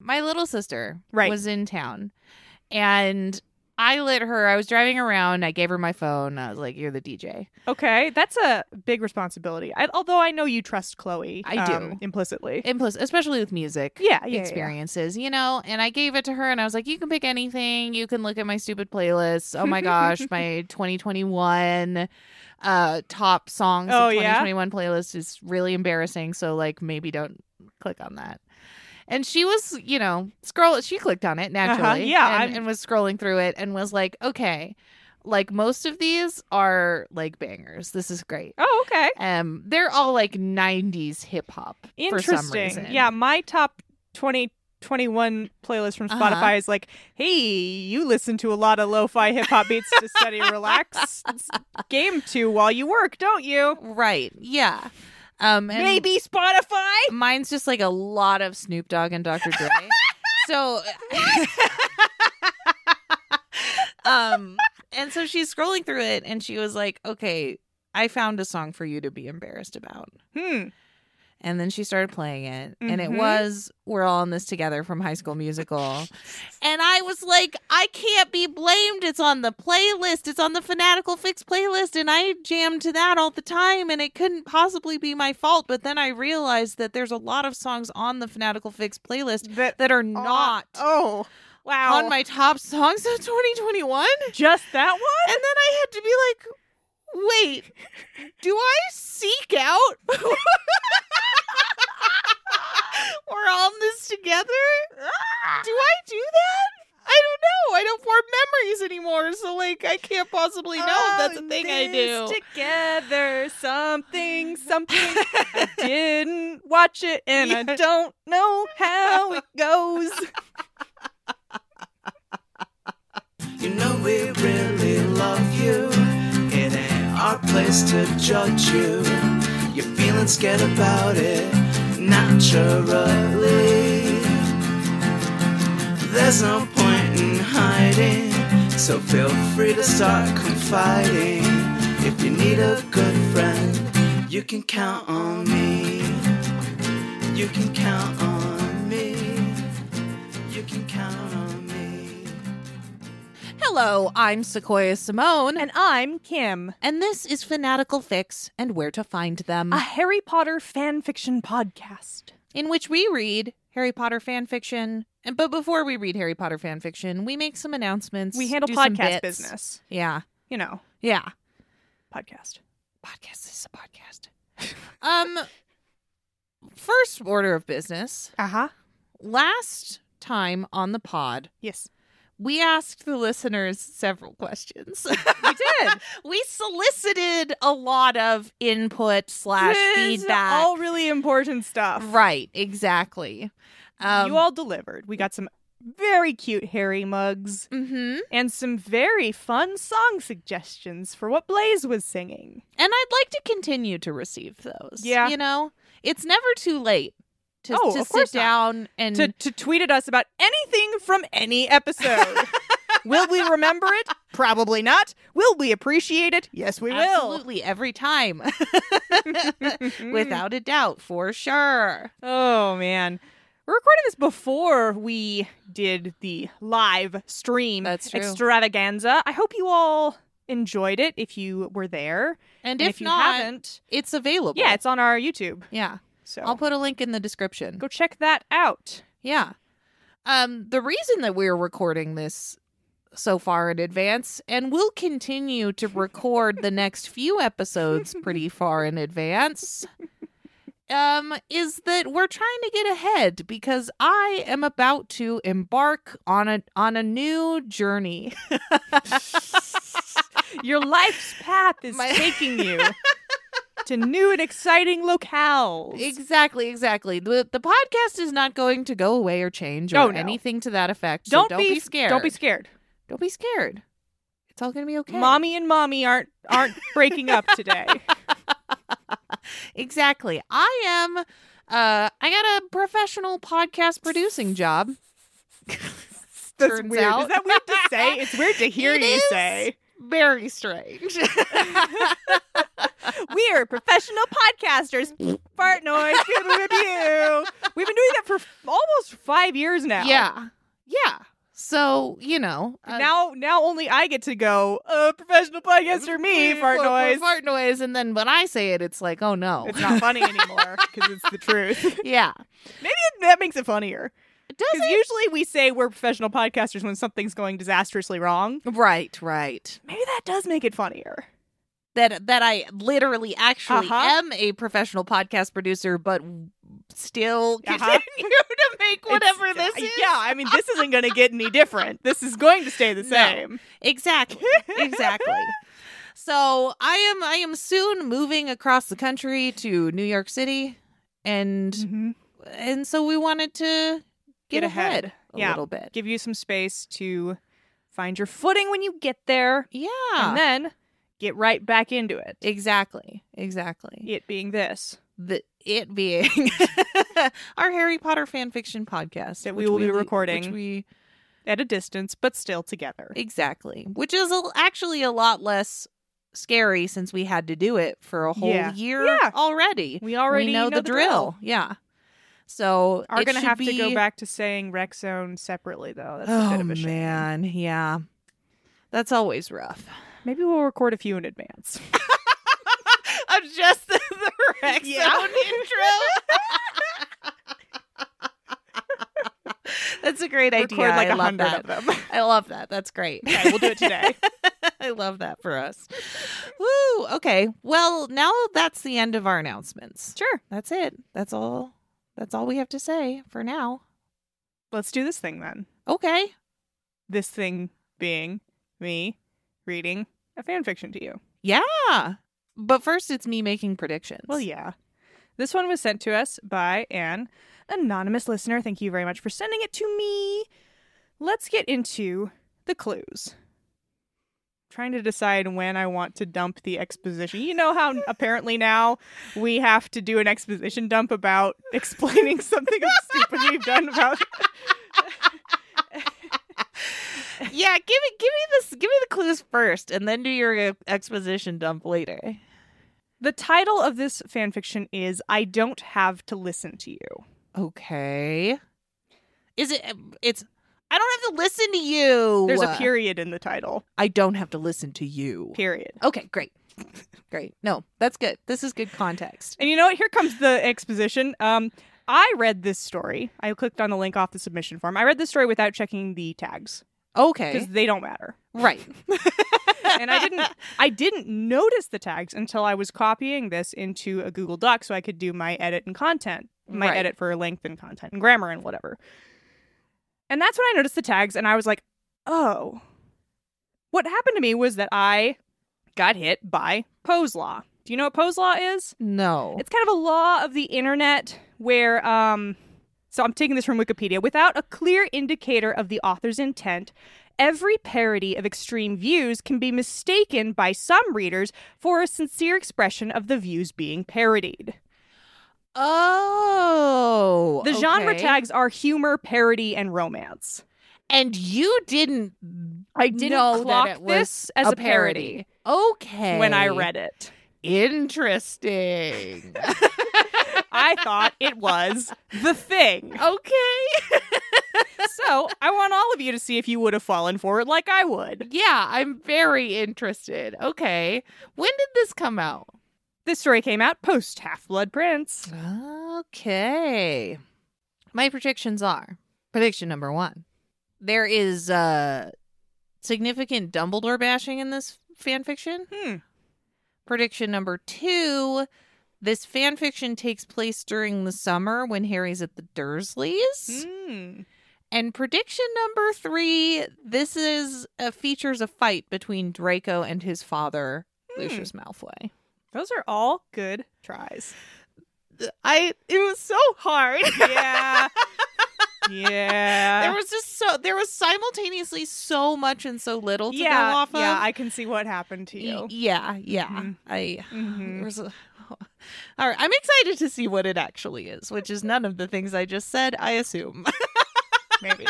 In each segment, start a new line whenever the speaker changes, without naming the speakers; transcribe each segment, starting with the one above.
my little sister
Right.
was in town and I lit her. I was driving around. I gave her my phone. I was like, You're the DJ.
Okay, that's a big responsibility. I, although I know you trust Chloe, um,
I do.
implicitly.
And plus, especially with music
Uh, yeah, yeah, yeah,
experiences, you know? And I gave it to her and I was like, You can pick anything. You can look at my stupid playlists. Oh my gosh, my 2021 uh, top songs
Oh,
of
yeah?
2021 playlist is really embarrassing. So, like, maybe don't click on that. And she was, you know, scroll. She clicked on it naturally,
Uh-huh, yeah,
and-
I'm-
and was scrolling through it, and was like, "Okay, like most of these are like bangers. This is great."
yeah. Oh, okay.
Um, they're all like '90s hip hop. For some
Interesting.
reason.
yeah, my top 20 21 playlist from
Uh-huh.
Spotify is like, hey, you listen to a lot of lo-fi hip hop beats to study and relax. It's game two while you work, don't you?
Right. Yeah. Um. And
Maybe Spotify.
mine's just like a lot of Snoop Dogg and Dr. Dre. so. um. And so she's scrolling through it, and she was like, "Okay, I found a song for you to be embarrassed about."
Hmm.
And then she started playing it, and it
Mhm.
was "We're All in This Together" from High School Musical, and I was like, "I can't be blamed. It's on the playlist. It's on the Fanatical Fix playlist, and I jam to that all the time, and it couldn't possibly be my fault." But then I realized that there's a lot of songs on the Fanatical Fix playlist
That
that are not
Oh. Wow.
on my top songs of 2021,
just that one?
and then I had to be like. Wait, do I seek out? We're all in this together? Do I do that? I don't know. I don't form memories anymore, so like I can't possibly know if that's a
All
thing I do.
this Together, something, something. I didn't watch it, and I don't know how it goes.
You know we really love you. It ain't our place to judge you. You're feeling scared about it naturally. There's no point in hiding, so feel free to start confiding. If you need a good friend, you can count on me. You can count on me. You can count on me.
Hello, I'm Sequoia Simone, and,
And I'm Kim,
and this is Fanatical Fix and Where to Find Them,
a Harry Potter fan fiction podcast.
in which we read Harry Potter fan fiction. And but before we read Harry Potter fan fiction, we make some announcements.
We handle
do some bits.
podcast business.
Yeah,
You know,
yeah.
podcast.
podcast this is a podcast um first order of business
Uh huh.
last time on the pod
Yes.
we asked the listeners several questions
We did.
we solicited a lot of input slash
This is
feedback
All really important stuff.
right exactly um
you all delivered. We got some very cute Harry mugs
mhm.
and some very fun song suggestions for what Blaze was singing.
and i'd like to continue to receive those
Yeah.
you know it's never too late to,
Oh,
to
of
sit
course not.
down and
to, to tweet at us about anything from any episode. will we remember it? Probably not. Will we appreciate it? Yes, we Mm-hmm.
absolutely every time
will.
without a doubt for sure
Oh man. We're recording this before we did the live stream
That's true.
extravaganza. I hope you all enjoyed it if you were there.
and,
And
if,
if you
not
haven't,
it's available
yeah, Oh. it's on our YouTube.
yeah
So
i'll put a link in the description
go check that out.
yeah um the reason that we're recording this so far in advance and we'll continue to record the next few episodes pretty far in advance um is that we're trying to get ahead because i am about to embark on a on a new journey
Your life's path is
My-
taking you to new and exciting locales.
Exactly, exactly. The the podcast is not going to go away or change or
Oh, no.
anything to that effect. so
don't,
don't be, scared.
Don't be scared.
Don't be scared. It's all gonna be okay.
Mommy and mommy aren't aren't breaking up today.
Exactly. I am uh I got a professional podcast producing job.
That's
Turns
weird.
out.
Is that weird to say? It's weird to hear
It
you
is.
say.
very strange.
We are professional podcasters. Fart noise, good review. We've been doing that for f- almost five years now.
yeah. Yeah. So, you know, uh,
now, now only I get to go. Uh, professional podcaster, me fart
for- for
noise.
Fart noise. And then when I say it, it's like, oh no.
It's not funny anymore because it's the truth.
yeah.
Maybe it, that makes it funnier.
Does
Because usually we say we're professional podcasters when something's going disastrously wrong.
it? Right, right.
Maybe that does make it funnier.
That that I literally actually
Uh-huh.
am a professional podcast producer, but still
Uh-huh.
continue to make whatever
It's-
this is.
Yeah, I mean, this isn't going to get any different. This is going to stay the
No.
same.
Exactly. Exactly. so I am I am soon moving across the country to New York City and
Mhm.
and so we wanted to get,
Get ahead.
ahead a
Yeah.
little bit.
Give you some space to find your footing when you get there
Yeah.
and then get right back into it.
exactly. Exactly.
It being this
the it being our Harry Potter fan fiction podcast
That we
which
will be
which
recording.
we
at a distance, but still together.
exactly, which is a, actually a lot less scary since we had to do it for a whole
Yeah.
year
Yeah.
already.
We already
we know, the, drill. Yeah, so
Are
it
going to
should
have to go
be-
back to saying rec zone separately, though. That's
oh
a bit of a shame.
man, yeah, that's always rough.
Maybe we'll record a few in advance.
I'm just the, the Rex
Yeah.
Zone intro. That's a great idea.
record like
I
a
love
hundred
that.
of them.
I love that. That's great.
okay, we'll do it today.
I love that for us. Woo. Okay. Well, now that's the end of our announcements.
sure.
That's it. That's all. That's all we have to say for now.
Let's do this thing then.
Okay.
This thing being me reading a fan fiction to you.
Yeah. But first, it's me making predictions.
Well, yeah. This one was sent to us by an anonymous listener. Thank you very much for sending it to me. Let's get into the clues. Trying to decide when I want to dump the exposition. You know how apparently now we have to do an exposition dump about explaining something stupid we've done about
yeah. Give me, give me this, give me the clues first, and then do your uh, exposition dump later.
The title of this fanfiction is I Don't Have to Listen to You.
Okay. Is it? um, It's. I don't have to listen to you.
There's a period in the title.
I don't have to listen to you.
Period.
Okay, great. Great. No, that's good. This is good context.
And you know what? Here comes the exposition. Um, I read this story. I clicked on the link off the submission form. I read this story without checking the tags because
Okay.
they don't matter.
Right.
And I didn't. I didn't notice the tags until I was copying this into a Google Doc so I could do my edit and content, my
Right.
edit for length and content and grammar and whatever. And that's when I noticed the tags, and I was like, "Oh, what happened to me was that I got hit by Poe's law. Do you know what Poe's law is?
No.
It's kind of a law of the internet where um so I'm taking this from Wikipedia. Without a clear indicator of the author's intent, every parody of extreme views can be mistaken by some readers for a sincere expression of the views being parodied.
oh.
The genre
okay.
tags are humor, parody, and romance.
And you didn't.
I didn't
know
clock
that it was
this as a parody,
Okay.
when I read it.
Interesting.
I thought it was the thing.
okay.
So I want all of you to see if you would have fallen for it like I would.
Yeah, I'm very interested. Okay. When did this come out?
This story came out post Half Blood Prince.
Okay. My predictions are prediction number one. There is uh significant Dumbledore bashing in this fanfiction.
Hmm.
Prediction number two. This fanfiction takes place during the summer when Harry's at the Dursleys. hmm. And prediction number three, this is uh, features a fight between Draco and his father,
Hmm.
Lucius Malfoy.
Those are all good tries.
I it was so hard.
Yeah.
there
yeah.
was just so there was simultaneously so much and so little to
yeah,
go off of.
yeah, I can see what happened to you.
Y- yeah, yeah.
Mhm.
I there
Mhm.
was a- all right. I'm excited to see what it actually is, which is none of the things I just said. I assume.
Maybe.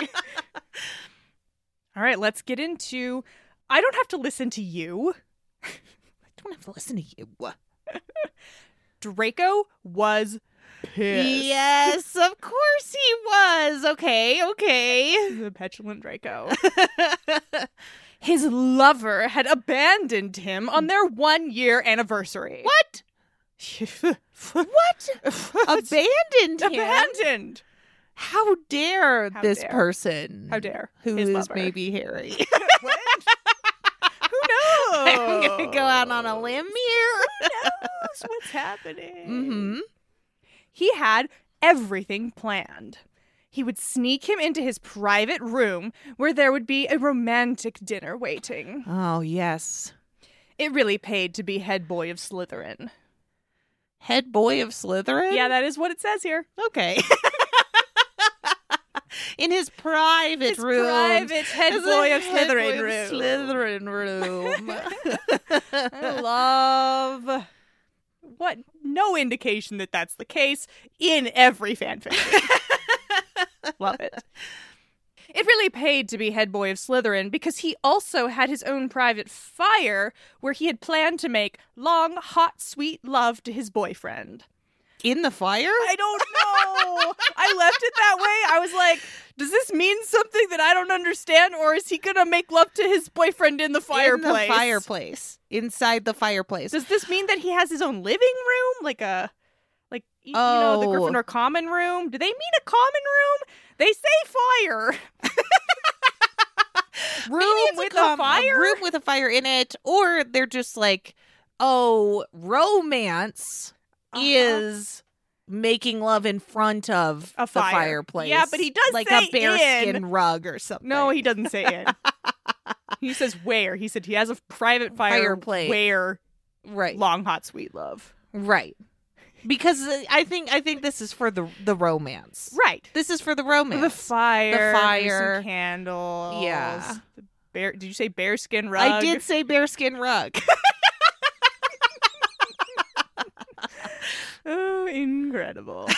all right, let's get into I don't have to listen to you.
I don't have to listen to you.
Draco was pissed.
Yes, of course he was. Okay, okay.
The petulant Draco. His lover had abandoned him on their one year anniversary.
What?
What?
What? Abandoned him?
abandoned.
How dare
How
this
dare.
person?
How dare.
Who
His
is
lover.
maybe Harry?
What? Who knows?
I'm gonna
Oh.
go out on a limb here.
knows what's happening.
mm-hmm.
He had everything planned. He would sneak him into his private room where there would be a romantic dinner waiting.
Oh yes,
It really paid to be head boy of Slytherin.
head boy of Slytherin.
Yeah, that is what it says here.
okay. In his private
His
room.
private head
His
boy of
head
Slytherin
boy of
room.
Slytherin room.
I love what no indication that that's the case in every fanfic. love it. It really paid to be head boy of Slytherin because he also had his own private fire where he had planned to make long, hot, sweet love to his boyfriend.
In the fire?
I don't know. I left it that way. I was like, does this mean something that I don't understand, or is he gonna make love to his boyfriend in the
In the
fireplace?
fireplace. Inside the fireplace.
Does this mean that he has his own living room, like a, like y- you know, the
Oh.
Gryffindor common room? Do they mean a common room? They say fire.
room
it's a
with
com-
a fire? room with a fire in it, or they're just like, oh, romance
Uh-huh.
is making love in front of
A
the
fire.
fireplace.
Yeah, but he does
like
say
a bearskin
in.
rug or something.
No, he doesn't say in. he says where. He said he has a private fire
Fireplace.
where
right,
long, hot, sweet love.
right, because uh, I think I think this is for the the romance.
Right.
This is for the romance.
The fire,
fire.
some candles.
Yeah.
The bear. Did you say bearskin rug?
I did say bearskin rug.
Oh, incredible.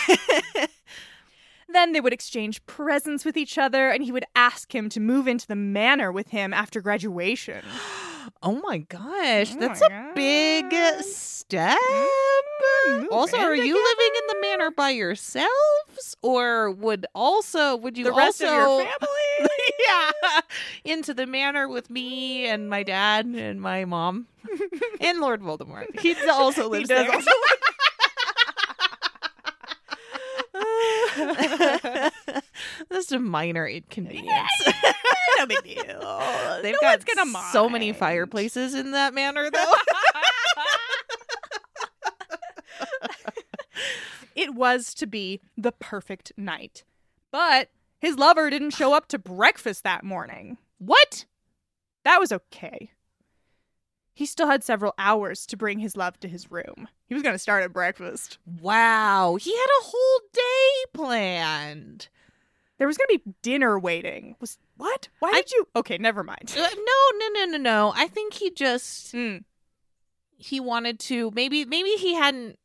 then they would exchange presents with each other, and he would ask him to move into the manor with him after graduation.
oh my gosh,
Oh
that's
my
a big
God.
step.
Move
Also,
in
are you
together.
living in the manor by yourselves, or would also would you
the rest
also
of your family?
yeah into the manor with me and my dad and my mom and Lord Voldemort? He also
He
lives
does
there.
also live-
That's a minor inconvenience.
no big deal.
They've
no
got
one's gonna
so many
mind.
fireplaces in that manor, though.
it was to be the perfect night. But his lover didn't show up to breakfast that morning.
what?
That was okay. He still had several hours to bring his love to his room. He was going to start at breakfast.
Wow, he had a whole day planned.
There was going to be dinner waiting. Was what? Why
I-
did you? Okay, never mind.
Uh, no, no, no, no, no. I think he just
Mm.
he wanted to maybe maybe he hadn't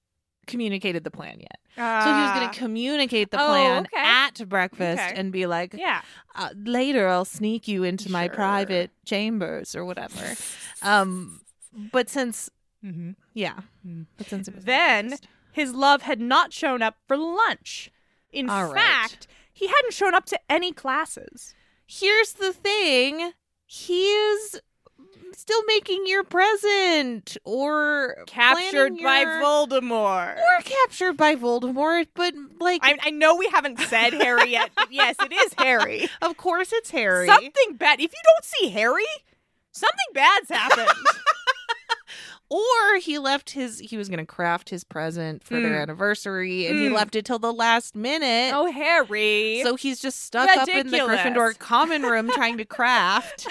communicated the plan yet. So he was
Uh,
going to communicate the
Oh,
plan
okay.
at breakfast
Okay.
and be like,
Yeah.
uh, later I'll sneak you into my
Sure.
private chambers or whatever. um, but since
Mm-hmm.
yeah,
Mm.
but since it was
Then-
breakfast.
His love had not shown up for lunch. In
All right.
fact, he hadn't shown up to any classes.
here's the thing: he is still making your present or
Captured
planning
by
your-
Voldemort.
Or captured by Voldemort, but like,
I, I know we haven't said Harry yet, but yes, it is Harry.
of course it's Harry.
Something bad. If you don't see Harry, something bad's happened.
or he left his he was going to craft his present for their
Mm.
anniversary and he
Mm.
left it till the last minute
oh, Harry.
so he's just stuck up in the
Ridiculous.
gryffindor common room trying to craft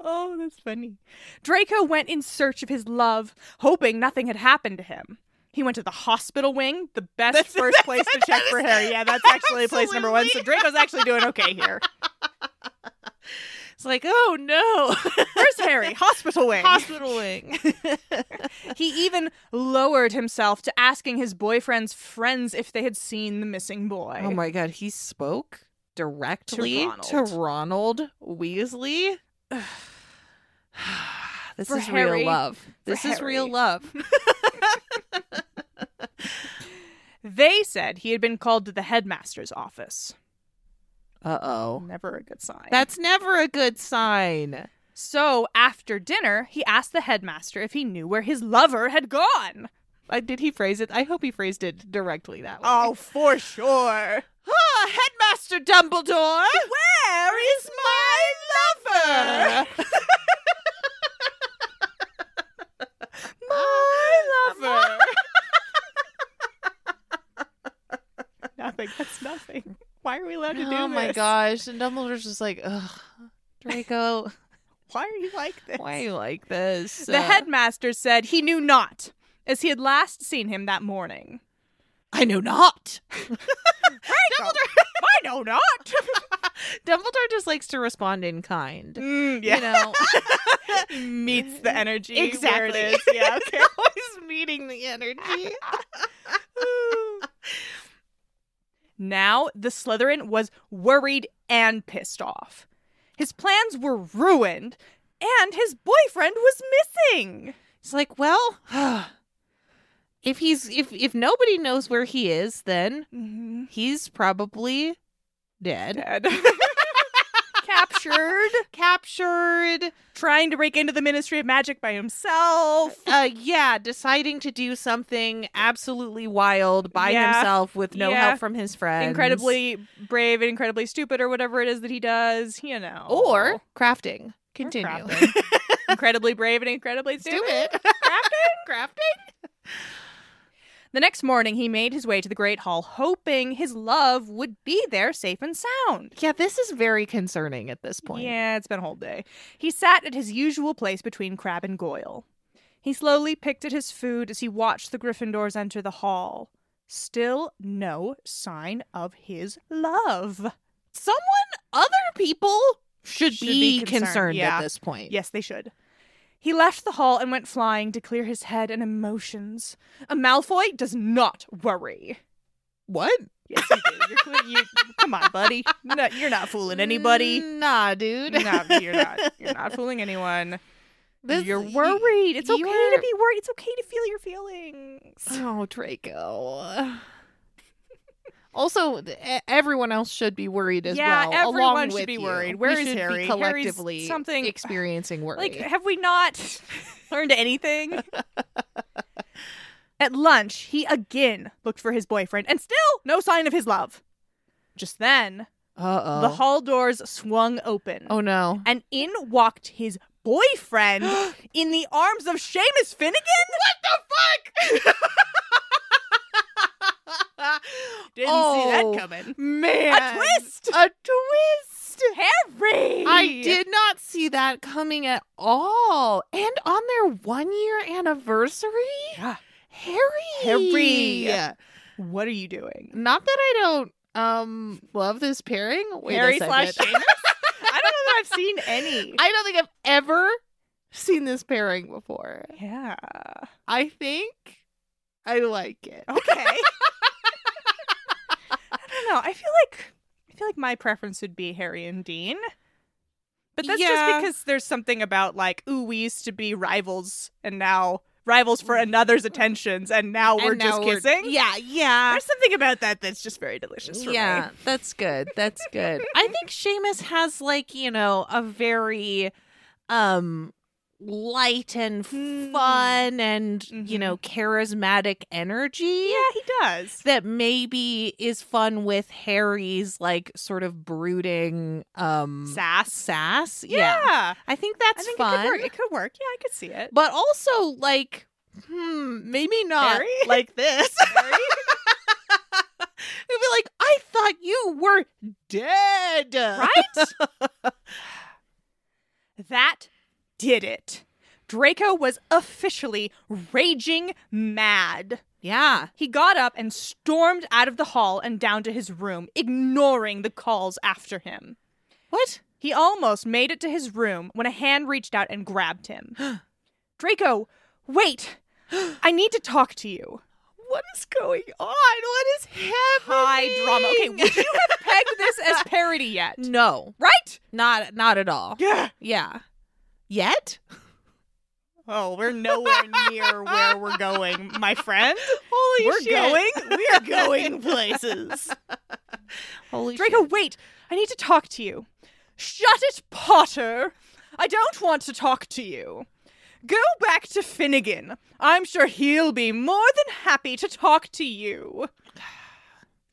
oh, that's funny. Draco went in search of his love, hoping nothing had happened to him. He went to the hospital wing, the best first place to check for Harry. Yeah, that's actually place number one. So Draco's actually doing okay here.
it's like oh no
Where's Harry? Hospital wing.
hospital wing
He even lowered himself to asking his boyfriend's friends if they had seen the missing boy.
oh my god he spoke directly to Ronald,
Ronald.
Weasley. this
For
is
Harry.
real love. This is real
Harry.
love.
They said he had been called to the headmaster's office.
Uh oh.
Never a good sign.
That's never a good sign.
so after dinner, he asked the headmaster if he knew where his lover had gone.
Uh, did he phrase it? I hope he phrased it directly that way.
Oh, for sure.
Ah, Headmaster Dumbledore! Where is my lover? my lover!
Nothing. That's nothing. Why are we allowed to do
oh my
this?
gosh. And Dumbledore's just like, ugh, Draco,
Why are you like this?
why are you like this?
The
Uh,
headmaster said he knew not, as he had last seen him that morning.
I know not.
Dumbledore, I know not.
Dumbledore just likes to respond in kind.
Mm,
You know,
meets the energy
where it is.
Yeah, okay.
always meeting the energy.
now the Slytherin was worried and pissed off. His plans were ruined, and his boyfriend was missing.
It's like, well, if he's if if nobody knows where he is, then he's probably dead,
Dead. Captured,
captured.
trying to break into the Ministry of Magic by himself.
Uh, yeah, deciding to do something absolutely wild by
Yeah.
himself with no
Yeah.
help from his friends,
incredibly brave and incredibly stupid or whatever it is that he does, you know.
or crafting. Continue.
crafting. incredibly brave and incredibly stupid.
Stupid.
Crafting?
crafting.
The next morning he made his way to the Great Hall hoping his love would be there safe and sound.
Yeah, this is very concerning at this point.
Yeah, it's been a whole day. He sat at his usual place between Crab and Goyle. He slowly picked at his food as he watched the Gryffindors enter the hall. Still no sign of his love.
Someone, other people should,
Should
be,
be
concerned,
concerned, yeah.
at this point.
Yes, they should. He left the hall and went flying to clear his head and emotions. A Malfoy does not worry.
What?
Yes, you do. You're cle- you- come on, buddy. No, you're not fooling anybody.
Nah, dude.
No, you're not. You're not fooling anyone.
This-
you're worried. It's okay
you
to
are-
be worried. It's okay to feel your feelings.
Oh, Draco. also, th- e- everyone else should be worried as
Yeah,
well.
everyone
along
should
with
be
you. We
worried. Where is
should be
Harry? Harry's
collectively
something-
experiencing worry.
Like, have we not learned anything? At lunch, he again looked for his boyfriend and still no sign of his love. Just then,
uh
the
oh.
hall doors swung open.
oh no.
And in walked his boyfriend in the arms of Seamus Finnegan? What the fuck? Didn't
Oh,
see that coming.
Man,
A twist!
A twist.
Harry!
I did not see that coming at all. And on their one year anniversary,
Yeah.
Harry.
Harry. What are you doing?
Not that I don't um love this pairing. Wait a
Harry slash
second.
Seamus? I don't know that I've seen any.
I don't think I've ever seen this pairing before.
yeah.
I think I like it.
Okay. I don't know. I feel like I feel like my preference would be Harry and Dean. But that's
Yeah.
just because there's something about like, ooh, we used to be rivals and now rivals for another's attentions and now we're
Mm. And
just
now
kissing.
Yeah, yeah.
There's something about that that's just very delicious for
Yeah, that's good. That's good. I think Seamus has like, you know, a very um light and
Mm.
fun and you
Mhm.
know, charismatic energy.
me. Yeah, he does.
That maybe is fun with Harry's like sort of brooding um
Mm. Sass.
sass.
Yeah.
I think that's
I think
fun.
it could work. It could work. Yeah, I could see it.
But also like hmm, maybe not
Harry?
like this.
Harry?
It'd be like, I thought you were dead.
Right? that did it. Draco was officially raging mad.
Yeah.
He got up and stormed out of the hall and down to his room, ignoring the calls after him.
What?
He almost made it to his room when a hand reached out and grabbed him. Draco, wait! I need to talk to you.
What is going on? What is happening?
High drama. Okay, would you have pegged this as ready yet.
No,
Right?
not not at all.
Yeah.
Yeah. Yet?
Oh, we're nowhere near where we're going, my friend.
Holy
we're going. We are going places.
Holy
Draco, wait. I need to talk to you. Shut it, Potter. I don't want to talk to you. Go back to Finnegan. I'm sure he'll be more than happy to talk to you.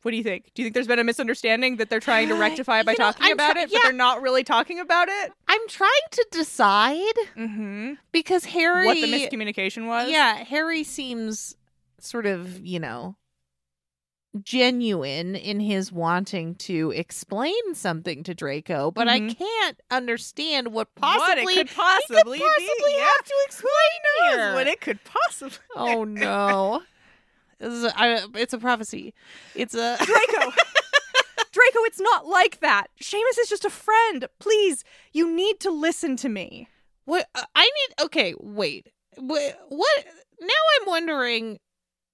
What do you think? Do you think there's been a misunderstanding that they're trying to rectify by
You know,
talking
I'm
about
try-
it,
yeah.
but they're not really talking about it?
I'm trying to decide
Mm-hmm.
because Harry
What the miscommunication was?
Yeah, Harry seems sort of, you know, genuine in his wanting to explain something to Draco, but I
Mhm.
can't understand what
What
possibly
it could
he could
possibly,
possibly
be. Yeah.
have to explain
Who knows
here.
What it could possibly.
Oh no. This is- I- it's a prophecy. It's a
Draco. Draco, it's not like that. Seamus is just a friend. Please, you need to listen to me.
What uh, I need? Okay, wait. What? what now I'm wondering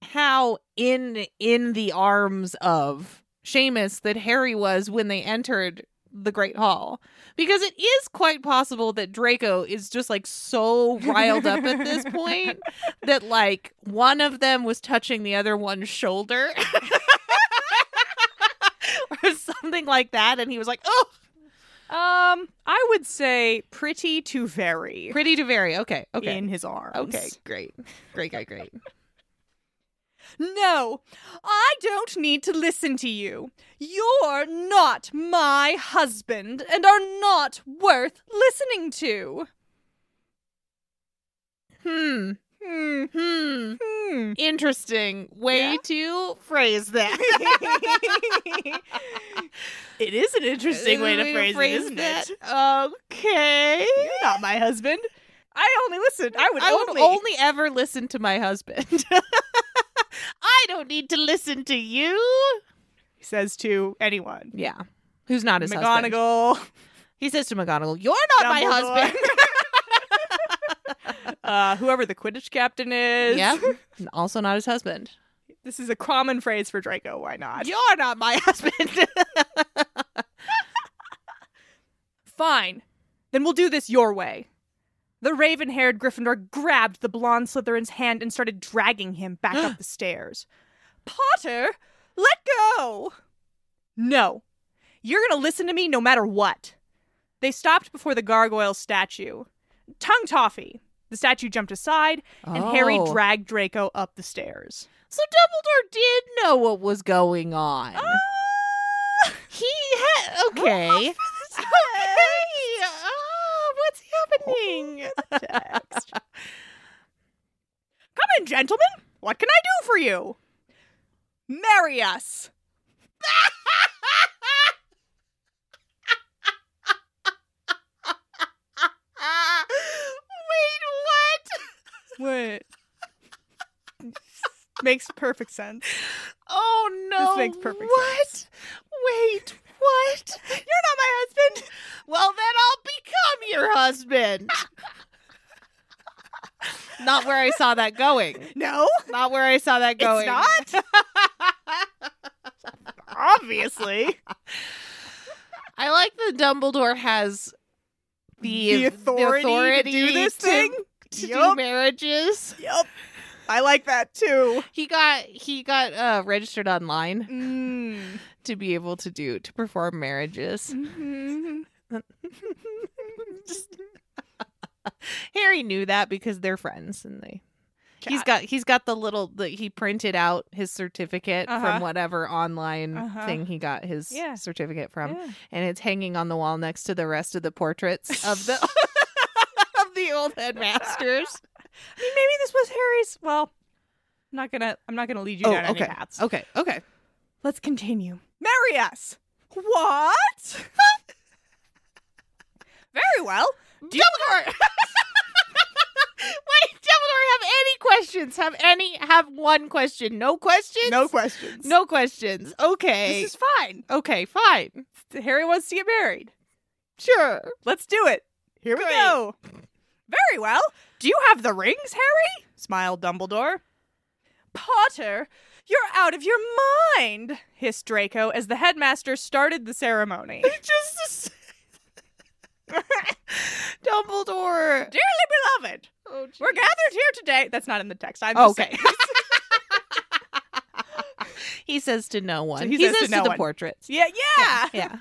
how in in the arms of Seamus that Harry was when they entered the Great Hall, because it is quite possible that Draco is just like so riled up at this point that like one of them was touching the other one's shoulder. Or something like that, and he was like, "Oh,
Um, I would say pretty to very
pretty to very okay, okay,
in his arms.
okay, great, great, great, great."
No, I don't need to listen to you. You're not my husband and are not worth listening to.
Hmm.
Hmm.
Hmm.
Hmm.
Interesting way
Yeah.
to phrase that.
it is an interesting way to phrase, it, isn't it?
that. Okay.
You're not my husband. I only listen. I would
I would
only.
only. ever listen to my husband. I don't need to listen to you.
He says to anyone.
Yeah. Who's not his husband?
McGonagall.
He says to McGonagall, "You're not my
Dumbledore.
husband."
uh, whoever the Quidditch captain is.
yeah. Also not his husband.
This is a common phrase for Draco. Why not?
You're not my husband.
Fine. Then we'll do this your way. The raven haired Gryffindor grabbed the blonde Slytherin's hand and started dragging him back up the stairs. Potter, let go! No. You're gonna listen to me no matter what. They stopped before the gargoyle statue. Tongue Toffee! The statue jumped aside, and Harry
Oh.
dragged Draco up the stairs.
So Dumbledore did know what was going on. he had okay. okay.
oh,
Ah, what's happening?
Text. Come in, gentlemen. What can I do for you? Marry us.
Ah, wait, what?
What? makes perfect sense.
Oh no.
makes perfect
What? Wait, what? You're not my husband. Well, then I'll become your husband. not where I saw that going.
No,
Not where I saw that going.
it's not. Obviously,
I like that Dumbledore has the,
The authority to do this
to-
thing?
to do
Yup.
marriages.
yep. I like that too.
He got he got uh, registered online
Mm.
to be able to do to perform marriages.
Mm-hmm.
Just- Harry knew that because they're friends and they. He's got he's got the little the, he printed out his certificate
Uh-huh.
from whatever online
Uh-huh.
thing he got his
Yeah.
certificate from. and it's hanging on the wall next to the rest of the portraits of the of the old headmasters.
I mean, maybe this was Harry's. Well, I'm not gonna. I'm not gonna lead you
Oh,
down
okay.
any paths.
Okay, okay.
Let's continue. Marry us. What? Very well.
Dumbledore. Wait, Dumbledore, have any questions? Have any? Have one question? No questions?
No questions.
No questions. Okay.
This is fine.
okay. Fine.
Harry wants to get married.
Sure.
Let's do it. Here we
Great.
go. Very well. Do you have the rings, Harry? smiled Dumbledore. Potter, You're out of your mind, hissed Draco as the headmaster started the ceremony.
Just Dumbledore.
Dearly beloved,
Oh,
we're gathered here today. That's not in the text. I'm just
Okay.
saying.
he says to no one.
So
he, says, to,
no
the
one.
portraits.
Yeah, yeah.
Yeah.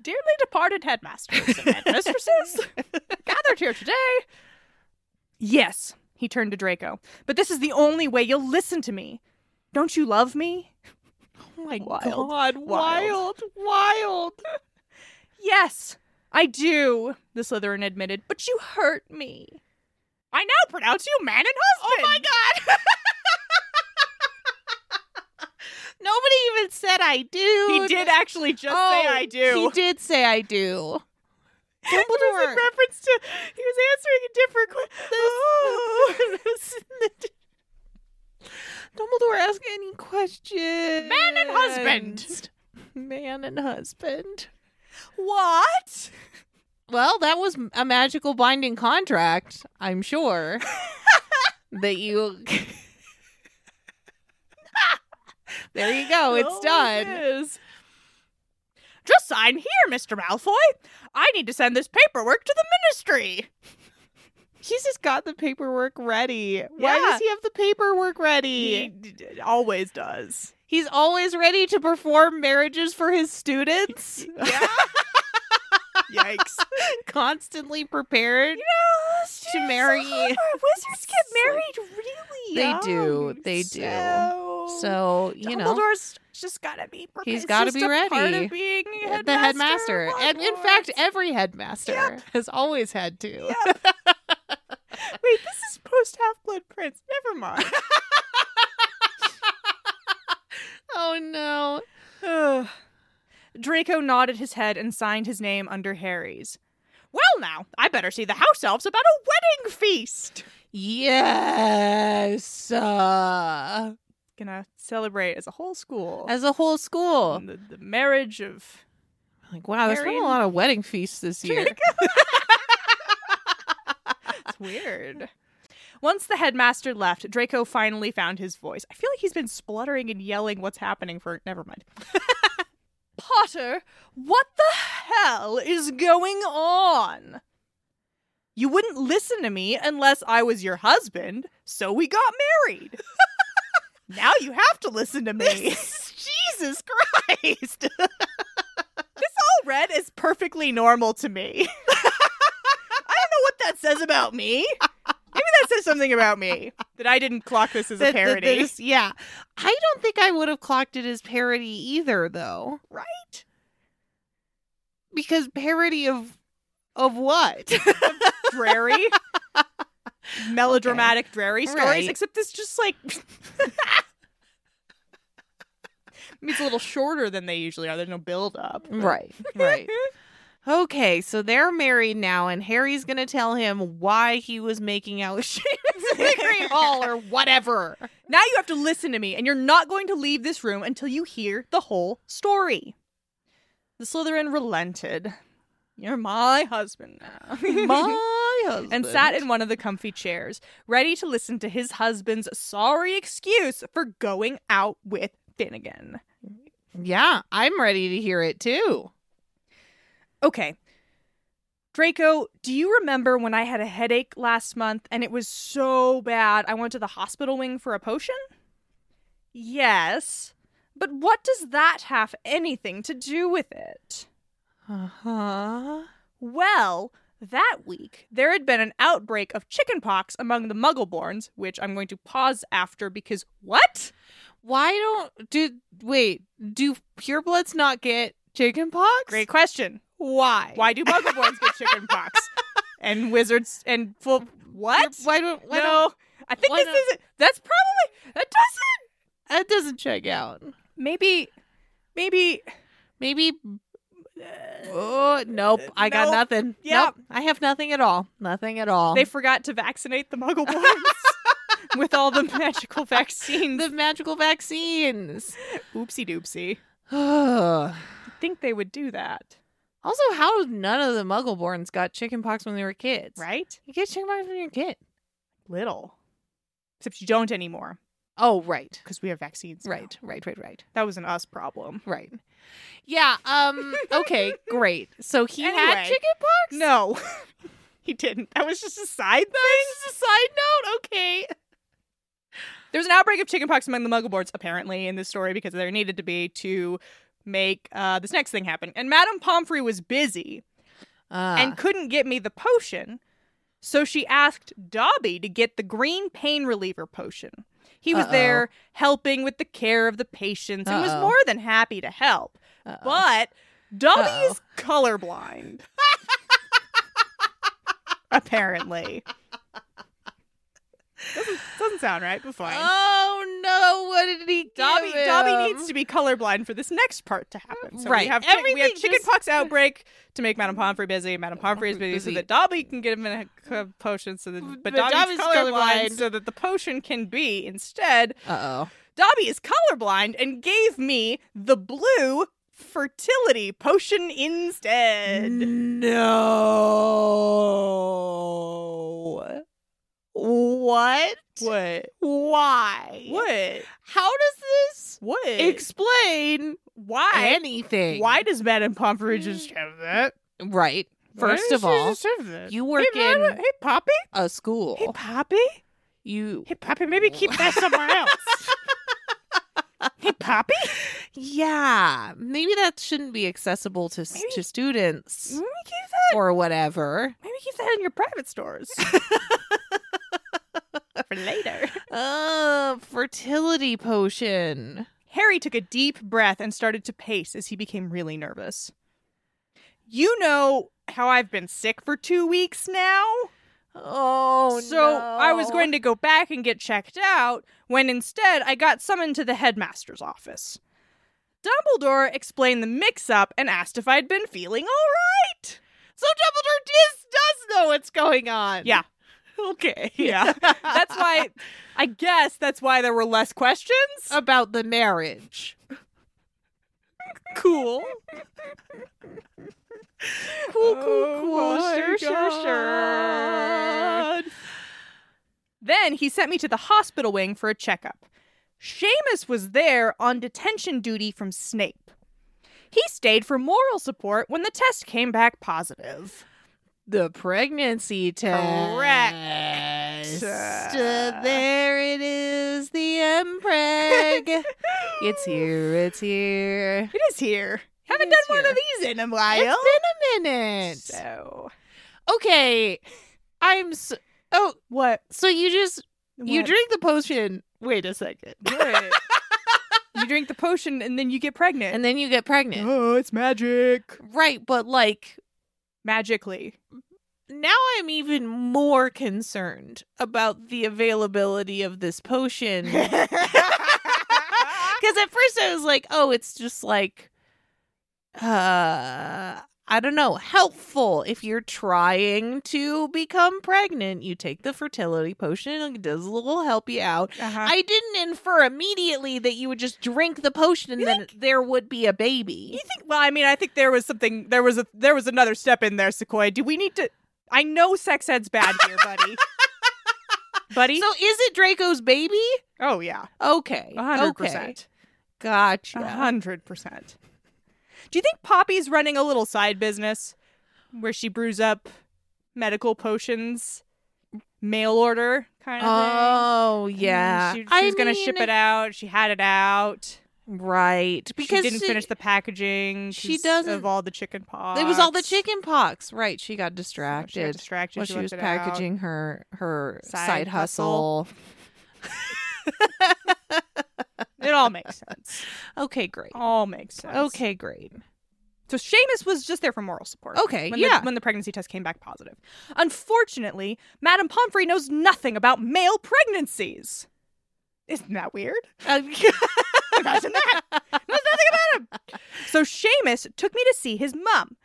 Dearly departed headmasters and headmistresses, gathered here today. Yes, he turned to Draco. But this is the only way you'll listen to me. Don't you love me?
Oh my
Wild.
god.
Wild.
Wild. Wild.
Yes, I do, the Slytherin admitted, but you hurt me. I now pronounce you man and husband. Oh my god.
Nobody even said I do. Oh,
he did actually just say I
He
do.
did say I do.
It was in
Dumbledore.
reference to he was answering a different Oh. question.
Dumbledore ask any questions.
Man and husband.
Man and husband.
What?
Well, that was a magical binding contract, I'm sure. that you. there you go. It's done.
Oh, Just sign here, Mr. Malfoy. I need to send this paperwork to the ministry.
He's just got the paperwork ready.
Yeah.
Why does he have the paperwork
He
ready?
d- d- always does.
He's always ready to perform marriages for his students.
Yeah. Yikes.
Constantly prepared.
to
marry-
wizards get
It's like-
married really
They do,
young,
they do.
so,
So, you know.
Dumbledore's just gotta be prepared.
He's
It's
gotta
just
be
a part
ready.
of being headmaster
the headmaster.
of
And in fact, e
Hogwarts.
every headmaster
Yep.
has always had to.
wait this is post half blood prince never mind
Oh no.
Ugh. Draco nodded his head and signed his name under Harry's. Well, now, I better see the house elves about a wedding feast.
Yes. uh,
Gonna celebrate as a whole school.
as a whole school.
the, the marriage of.
Mm. Like, wow, there's been
Marion.
a lot of wedding feasts this year.
It's weird. Once the headmaster left, Draco finally found his voice. I feel like he's been spluttering and yelling what's happening for. Never mind. Potter, what the hell is going on? You wouldn't listen to me unless I was your husband, so we got married. now you have to listen to me.
Jesus Christ.
all red is perfectly normal to me. I don't know what that says about me. Maybe that says something about me that I didn't clock this as a
That- that-
parody.
that is- yeah. I don't think I would have clocked it as parody either, though.
Right?
Because parody of of what?
Dreary. Melodramatic, dreary stories,
Right.
except it's just like. it's a little shorter than they usually are. There's no build up.
right. Right. Okay, so they're married now, and Harry's gonna tell him why he was making out with Seamus in the Great Hall or whatever.
Now you have to listen to me, and you're not going to leave this room until you hear the whole story. The Slytherin relented. You're my husband now.
My husband.
and sat in one of the comfy chairs, ready to listen to his husband's sorry excuse for going out with Finnegan.
Yeah, I'm ready to hear it too.
Okay. Draco, do you remember when I had a headache last month and it was so bad I went to the hospital wing for a potion? Yes. But what does that have anything to do with it?
Uh-huh.
Well, that week there had been an outbreak of chickenpox among the Muggleborns, which I'm going to pause after because what?
Why don't do wait, do purebloods not get chickenpox?
Great question.
Why?
Why do Muggleborns get chickenpox? And wizards and full what?
Why don't why
no, I think
why
this
don't-
isn't. That's probably that doesn't.
don't that doesn't check out.
Maybe, maybe.
Maybe
uh,
oh nope, I got
Nope.
nothing.
Yep.
Nope. I have nothing at all. Nothing at all.
they forgot to vaccinate the Muggleborns with all the magical vaccines.
the magical vaccines.
Oopsie doopsie.
Ugh.
I think they would do that,
also, how none of the Muggleborns got chickenpox when they were kids?
right?
You get chickenpox when you're a kid.
Little, except you don't anymore.
Oh, right.
because we have vaccines. now.
Right, right, right, right.
That was an us problem.
Right. Yeah, um okay, great. So he had
Anyway.
chickenpox?
No, he didn't. That was just a side thing.
This is a side note. Okay.
There was an outbreak of chickenpox among the Muggle apparently, in this story because there needed to be to make uh, this next thing happen. And Madame Pomfrey was busy
Uh,
and couldn't get me the potion, so she asked Dobby to get the green pain reliever potion. He was
Uh-oh.
there helping with the care of the patients and was
Uh-oh.
more than happy to help.
uh-oh.
But Dobby
Uh-oh.
is colorblind. Apparently. Doesn't, doesn't sound right, but fine.
Oh no! What did he?
Dobby,
give
Dobby
him?
needs to be colorblind for this next part to happen. So
Right.
we have, chi- we have
Everything
chickenpox outbreak to make Madame Pomfrey busy. Madame Pomfrey is busy, so
Busy.
that Dobby can get him a c- potion. So that but
But Dobby's
Dobby's colorblind,
colorblind.
so that the potion can be instead.
Uh oh.
Dobby is colorblind and gave me the blue fertility potion instead.
No. What?
What?
Why?
What?
How does this
What?
explain
why?
anything?
Why does Madame Pomfrey just Mm. have that?
Right.
Why
First
does
of
she
all,
just have that?
you work
hey, Madam-
in-
Hey, Poppy.
A school.
Hey, Poppy.
you.
Hey, Poppy. Maybe keep that somewhere else. hey, Poppy.
Yeah. Maybe that shouldn't be accessible to s
Maybe-
to students
Maybe keep that.
or whatever.
Maybe keep that in your private stores for later.
Uh, fertility potion.
Harry took a deep breath and started to pace as he became really nervous. You know how I've been sick for two weeks now?
Oh,
so I was going to go back and get checked out when instead I got summoned to the headmaster's office. Dumbledore explained the mix up and asked if I'd been feeling all right.
So Dumbledore does does know what's going on.
Yeah.
Okay.
Yeah. That's why, I guess that's why there were less questions.
about the marriage.
cool.
Cool, cool,
Oh
cool.
my
sure, sure, sure.
God. Then he sent me to the hospital wing for a checkup. Seamus was there on detention duty from Snape. He stayed for moral support when the test came back positive.
The pregnancy test. Uh, there it is, the Mpreg. it's here. It's here.
It is here. Haven't
is
done one
here.
of these in a while.
It's been a minute.
So
Okay. I'm so. Oh,
what?
so you just you
what-
drink the potion. Wait a second,
What? you drink the potion and then you get pregnant.
and then you get pregnant.
oh, it's magic.
Right, but like
Magically.
now I'm even more concerned about the availability of this potion. Because at first I was like, oh, it's just like, uh, I don't know, helpful. If you're trying to become pregnant, you take the fertility potion, and it does a little help you out.
Uh-huh.
I didn't infer immediately that you would just drink the potion and
You
then there would be a baby.
You think? Well, I mean, I think there was something. There was a. There was another step in there, Sequoia. Do we need to? I know sex ed's bad here, buddy. buddy.
So is it Draco's baby?
oh yeah,
Okay.
a hundred
Okay.
percent.
Gotcha.
A hundred percent. Do you think Poppy's running a little side business where she brews up medical potions, mail order kind of thing?
Oh
And
yeah,
she, she was gonna ship it out. She had it out.
right because
she didn't
she-
finish the packaging.
she
'cause of
doesn't-
all the chicken pox.
It was all the chicken pox, right? She got
So She got
distracted
distracted.
while
she
she was
left it out.
packaging her her
Side
side,
hustle.
hustle.
It all makes sense.
Okay, great.
All makes sense.
Okay, great.
So Seamus was just there for moral support.
Okay,
When
yeah.
The, when the pregnancy test came back positive. Unfortunately, Madame Pomfrey knows nothing about male pregnancies. Isn't that weird?
Uh,
Imagine that. Knows nothing about him. So Seamus took me to see his mum.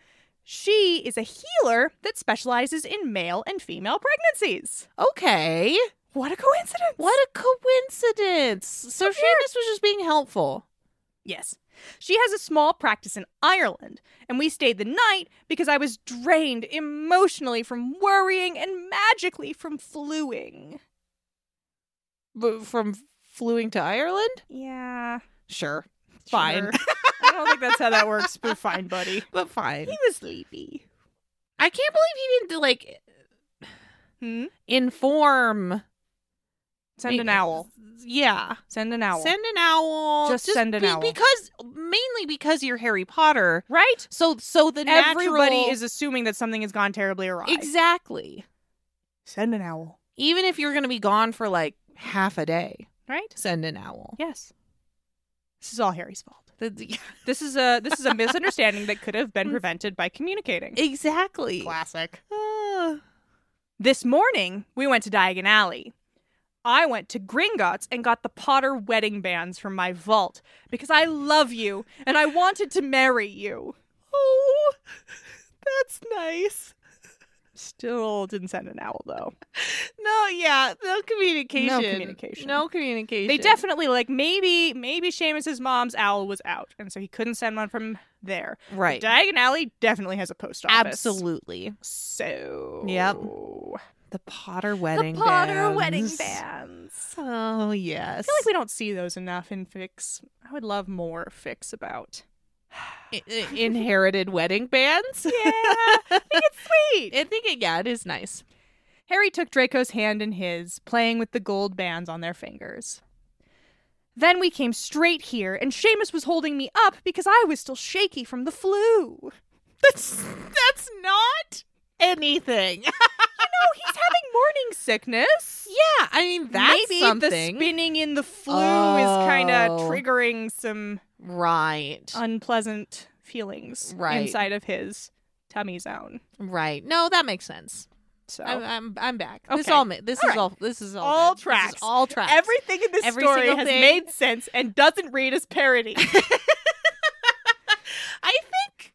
She is a healer that specializes in male and female pregnancies.
okay,
What a coincidence.
what a coincidence! So Seamus was just being helpful.
Yes. She has a small practice in Ireland, and we stayed the night because I was drained emotionally from worrying and magically from fluing.
But from flew to Ireland?
Yeah.
Sure. Fine.
sure. I don't think that's how that works, but fine, buddy.
But fine.
was sleepy.
I can't believe he didn't like
Hmm?
inform
Send an owl.
Yeah.
Send an owl.
Send an owl.
Just send an owl.
Because mainly because you're Harry Potter.
right?
So so the
Everybody
natural-
is assuming that something has gone terribly awry.
Exactly.
Send an owl.
Even if you're gonna be gone for like half a day,
Right?
send an owl.
Yes. This is all Harry's fault.
The-
This is a this is a misunderstanding that could have been prevented by communicating.
exactly.
Classic.
Ah.
This morning, we went to Diagon Alley. I went to Gringotts and got the Potter wedding bands from my vault because I love you and I wanted to marry you.
oh, that's nice.
Still didn't send an owl though.
No, yeah, no communication.
communication.
No communication.
They definitely like maybe maybe Seamus's mom's owl was out and so he couldn't send one from there.
right.
Diagon Alley definitely has a post office.
Absolutely.
So
Yep. The Potter wedding.
the Potter wedding
bands.
bands.
Oh yes.
I feel like we don't see those enough in fix. I would love more fix about.
I- I- inherited wedding bands.
Yeah, I think it's sweet.
I think it, yeah, it is nice.
Harry took Draco's hand in his, playing with the gold bands on their fingers. Then we came straight here, and Seamus was holding me up because I was still shaky from the flu.
That's that's not anything.
Oh, he's having morning sickness.
Yeah, I mean that's
Maybe
something.
the spinning in the flu is kind of
Oh.
triggering some
right,
unpleasant feelings
Right.
inside of his tummy zone.
right. No, that makes sense.
So
I'm I'm, I'm back. This
Okay.
all ma- this is
All right.
all this is Oh. all
All
good. This is
tracks.
all tracks.
Everything in this
Every
story
single
has
thing.
made sense and doesn't read as parody.
I think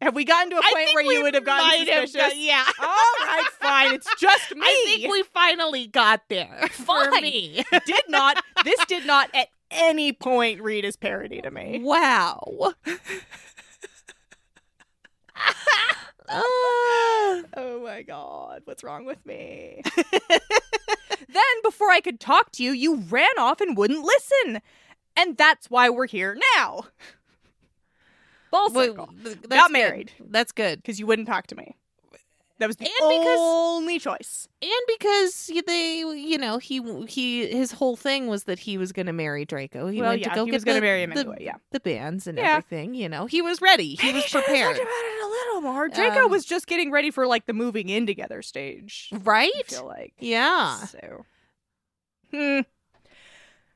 have we gotten to a
I
point
think
where you
we
would have gotten
might
suspicious?
got- yeah.
All right, fine. It's just me.
I think we finally got there for
Fine.
me.
did not. This did not at any point read as parody to me.
Wow. Ah.
Oh my god, what's wrong with me? then, before I could talk to you, you ran off and wouldn't listen, and that's why we're here now. Full
Well,
circle.
th- that's
Got
good.
married.
That's good.
because you wouldn't talk to me. That was the
And because-
only choice.
and because they you know he he his whole thing was that he was going to marry draco he
well,
went
yeah,
to go
he
get
was going
the,
to marry him
the,
anyway. Yeah,
the bands and
Yeah.
everything you know he was ready he was prepared Um,
it a little more. Draco
Draco
was just getting ready for like the moving in together stage. I
right
feel like
yeah
so. Hmm.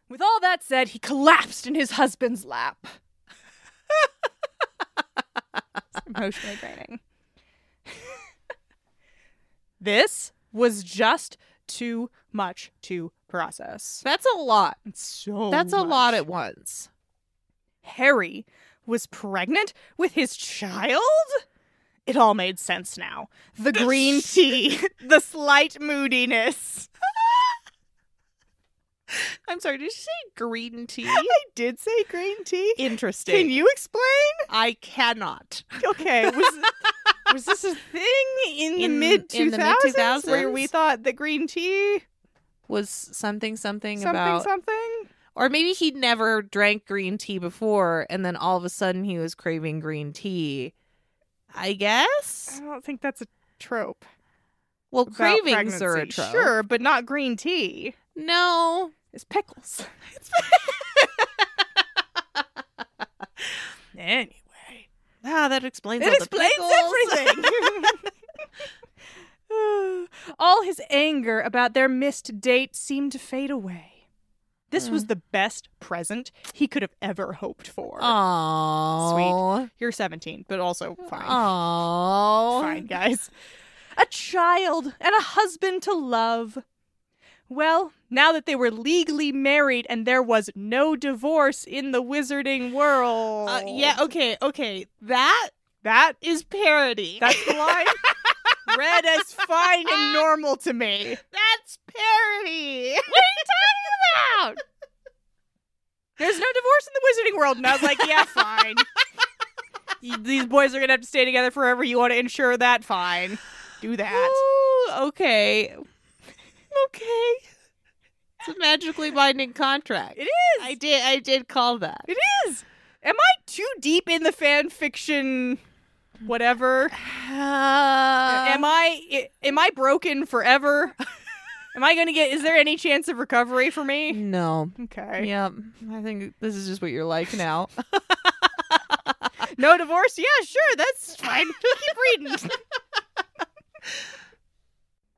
With all that said, he collapsed in his husband's lap. It's emotionally draining. this was just too much to process.
that's a lot
So
that's a lot
much.
at once
Harry was pregnant with his child? It all made sense now. The green tea, the slight moodiness.
i'm sorry did you say green tea
I did say green tea.
interesting
Can you explain?
i cannot
Okay, was was this a thing in, the
In-
mid
in
two
the
thousands where
mid-2000s?
we thought the green tea
was something something,
something
about
something?
or maybe he never drank green tea before and then all of a sudden he was craving green tea i guess
I don't think that's a trope.
well
about
cravings are a
pregnancy.
trope
Sure, but not green tea.
no
It's pickles. anyway.
Ah, that explains all
It
the
explains
pickles.
everything. All his anger about their missed date seemed to fade away. This was the best present he could have ever hoped for.
Aww.
You're 17, but also fine.
Aww.
Fine, guys. A child and a husband to love. Well, now that they were legally married and there was no divorce in the wizarding world.
Uh, yeah, okay, okay. That that is parody.
That's the line. Red as fine and normal to me.
That's parody.
Out. There's no divorce in the wizarding world. And I was like, yeah, fine. You- These boys are going to have to stay together forever. You want to ensure that? Fine. Do that.
Ooh, okay. Okay. It's a magically binding contract.
It is.
I did. I did call that.
It is. Am I too deep in the fan fiction? Whatever.
Uh,
am I i- am I broken forever? am I gonna get? Is there any chance of recovery for me?
No.
Okay.
Yep. I think this is just what you're like now.
No divorce? Yeah, sure. That's fine. Keep reading.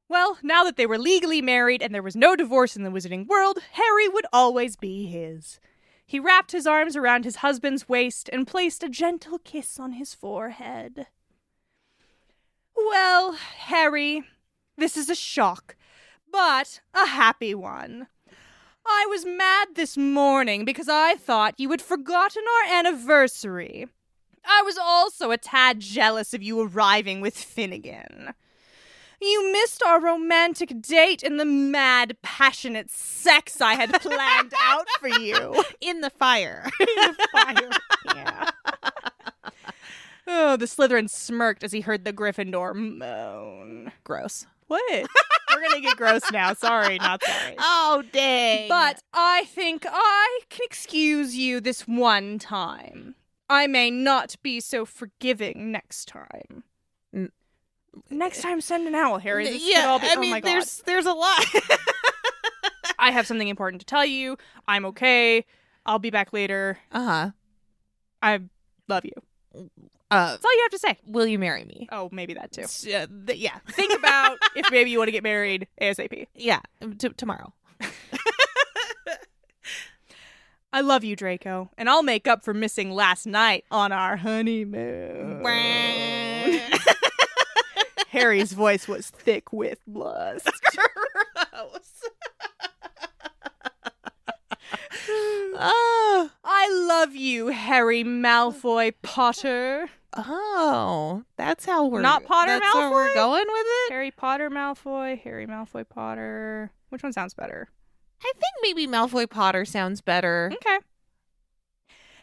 well, now that they were legally married and there was no divorce in the wizarding world, Harry would always be his. He wrapped his arms around his husband's waist and placed a gentle kiss on his forehead. Well, Harry, this is a shock, but a happy one. I was mad this morning because I thought you had forgotten our anniversary. I was also a tad jealous of you arriving with Finnegan. You missed our romantic date and the mad, passionate sex I had planned out for you.
In the fire.
Fire. Yeah. oh, the Slytherin smirked as he heard the Gryffindor moan.
Gross.
What? We're gonna get gross now. Sorry, not sorry.
Oh dang.
But I think I can excuse you this one time. I may not be so forgiving next time.
N-
Next time, send an owl, Harry. This could
yeah,
all be-
I
oh
mean,
my God.
there's there's a lot.
I have something important to tell you. I'm okay. I'll be back later.
uh huh.
I love you.
Uh,
That's all you have to say.
will you marry me?
Oh, maybe that too.
S- uh, th- yeah,
Think about if maybe you want to get married ASAP.
yeah. um, T- tomorrow.
I love you, Draco, and I'll make up for missing last night on our
Uh.
honeymoon. Harry's voice was thick with lust.
oh,
Ah, I love you, Harry Malfoy Potter.
oh, that's how we're
Not Potter
That's how
Malfoy?
we're going with it.
Harry Potter Malfoy, Harry Malfoy Potter. Which one sounds better?
I think maybe Malfoy Potter sounds better.
Okay.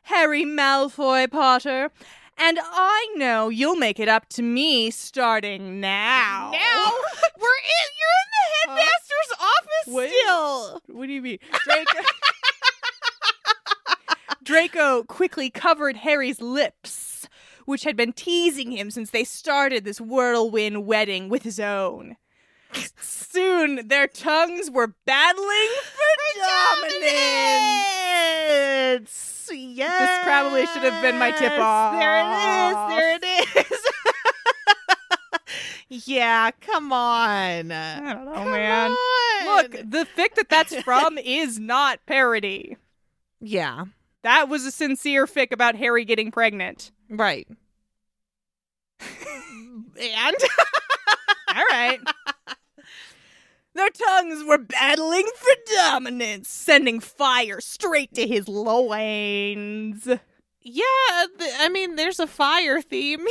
Harry Malfoy Potter. And I know you'll make it up to me starting now.
Now we're in. You're in the headmaster's office
Wait.
still.
What do you mean? Draco Draco quickly covered Harry's lips, which had been teasing him since they started this whirlwind wedding with his own. Soon their tongues were battling for dominance.
Dominance. Yes.
This probably should have been my tip-off.
There it is. There it is. yeah, come on.
I don't know,
Come
Oh, man.
on.
Look, the fic that that's from is not parody.
Yeah.
That was a sincere fic about Harry getting pregnant.
Right. and
All right. Their tongues were battling for dominance, sending fire straight to his loins.
yeah, th- I mean, there's a fire theme.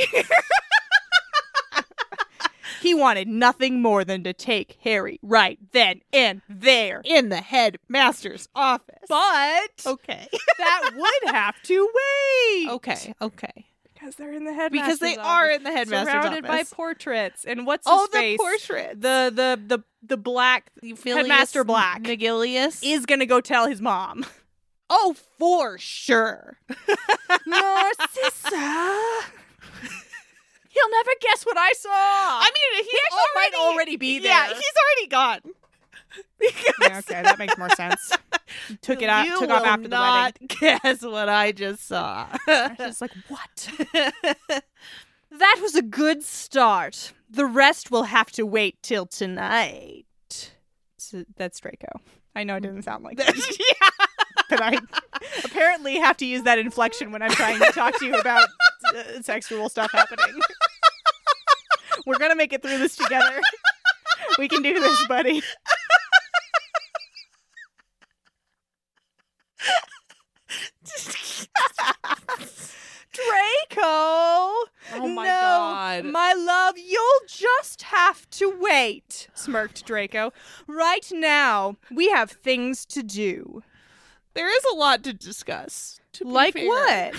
He wanted nothing more than to take Harry right then and there.
in the headmaster's office.
But
Okay.
that would have to wait.
Okay. Okay.
Because they're in the headmaster's
Because they
office,
are in the headmaster's
surrounded by
office.
portraits. And what's
oh,
his
the
face?
portrait.
the the the the black Headmaster Black.
McGillius.
is gonna go tell his mom.
oh, for sure.
Narcissa. He'll never guess what I saw.
I mean, he
actually
already,
might already be there.
Yeah, he's already gone.
okay, that makes more sense. Took it out.
You
Took off
will
after
not Guess what I just saw.
the wedding. It's like what? that was a good start. The rest will have to wait till tonight. So that's Draco. I know it didn't sound like that, but I apparently have to use that inflection when I'm trying to talk to you about uh, sexual stuff happening. We're gonna make it through this together. We can do this, buddy. Draco!
Oh my
no,
god.
My love, you'll just have to wait, smirked Draco. Right now, we have things to do.
there is a lot to discuss. to be
like
fair.
what?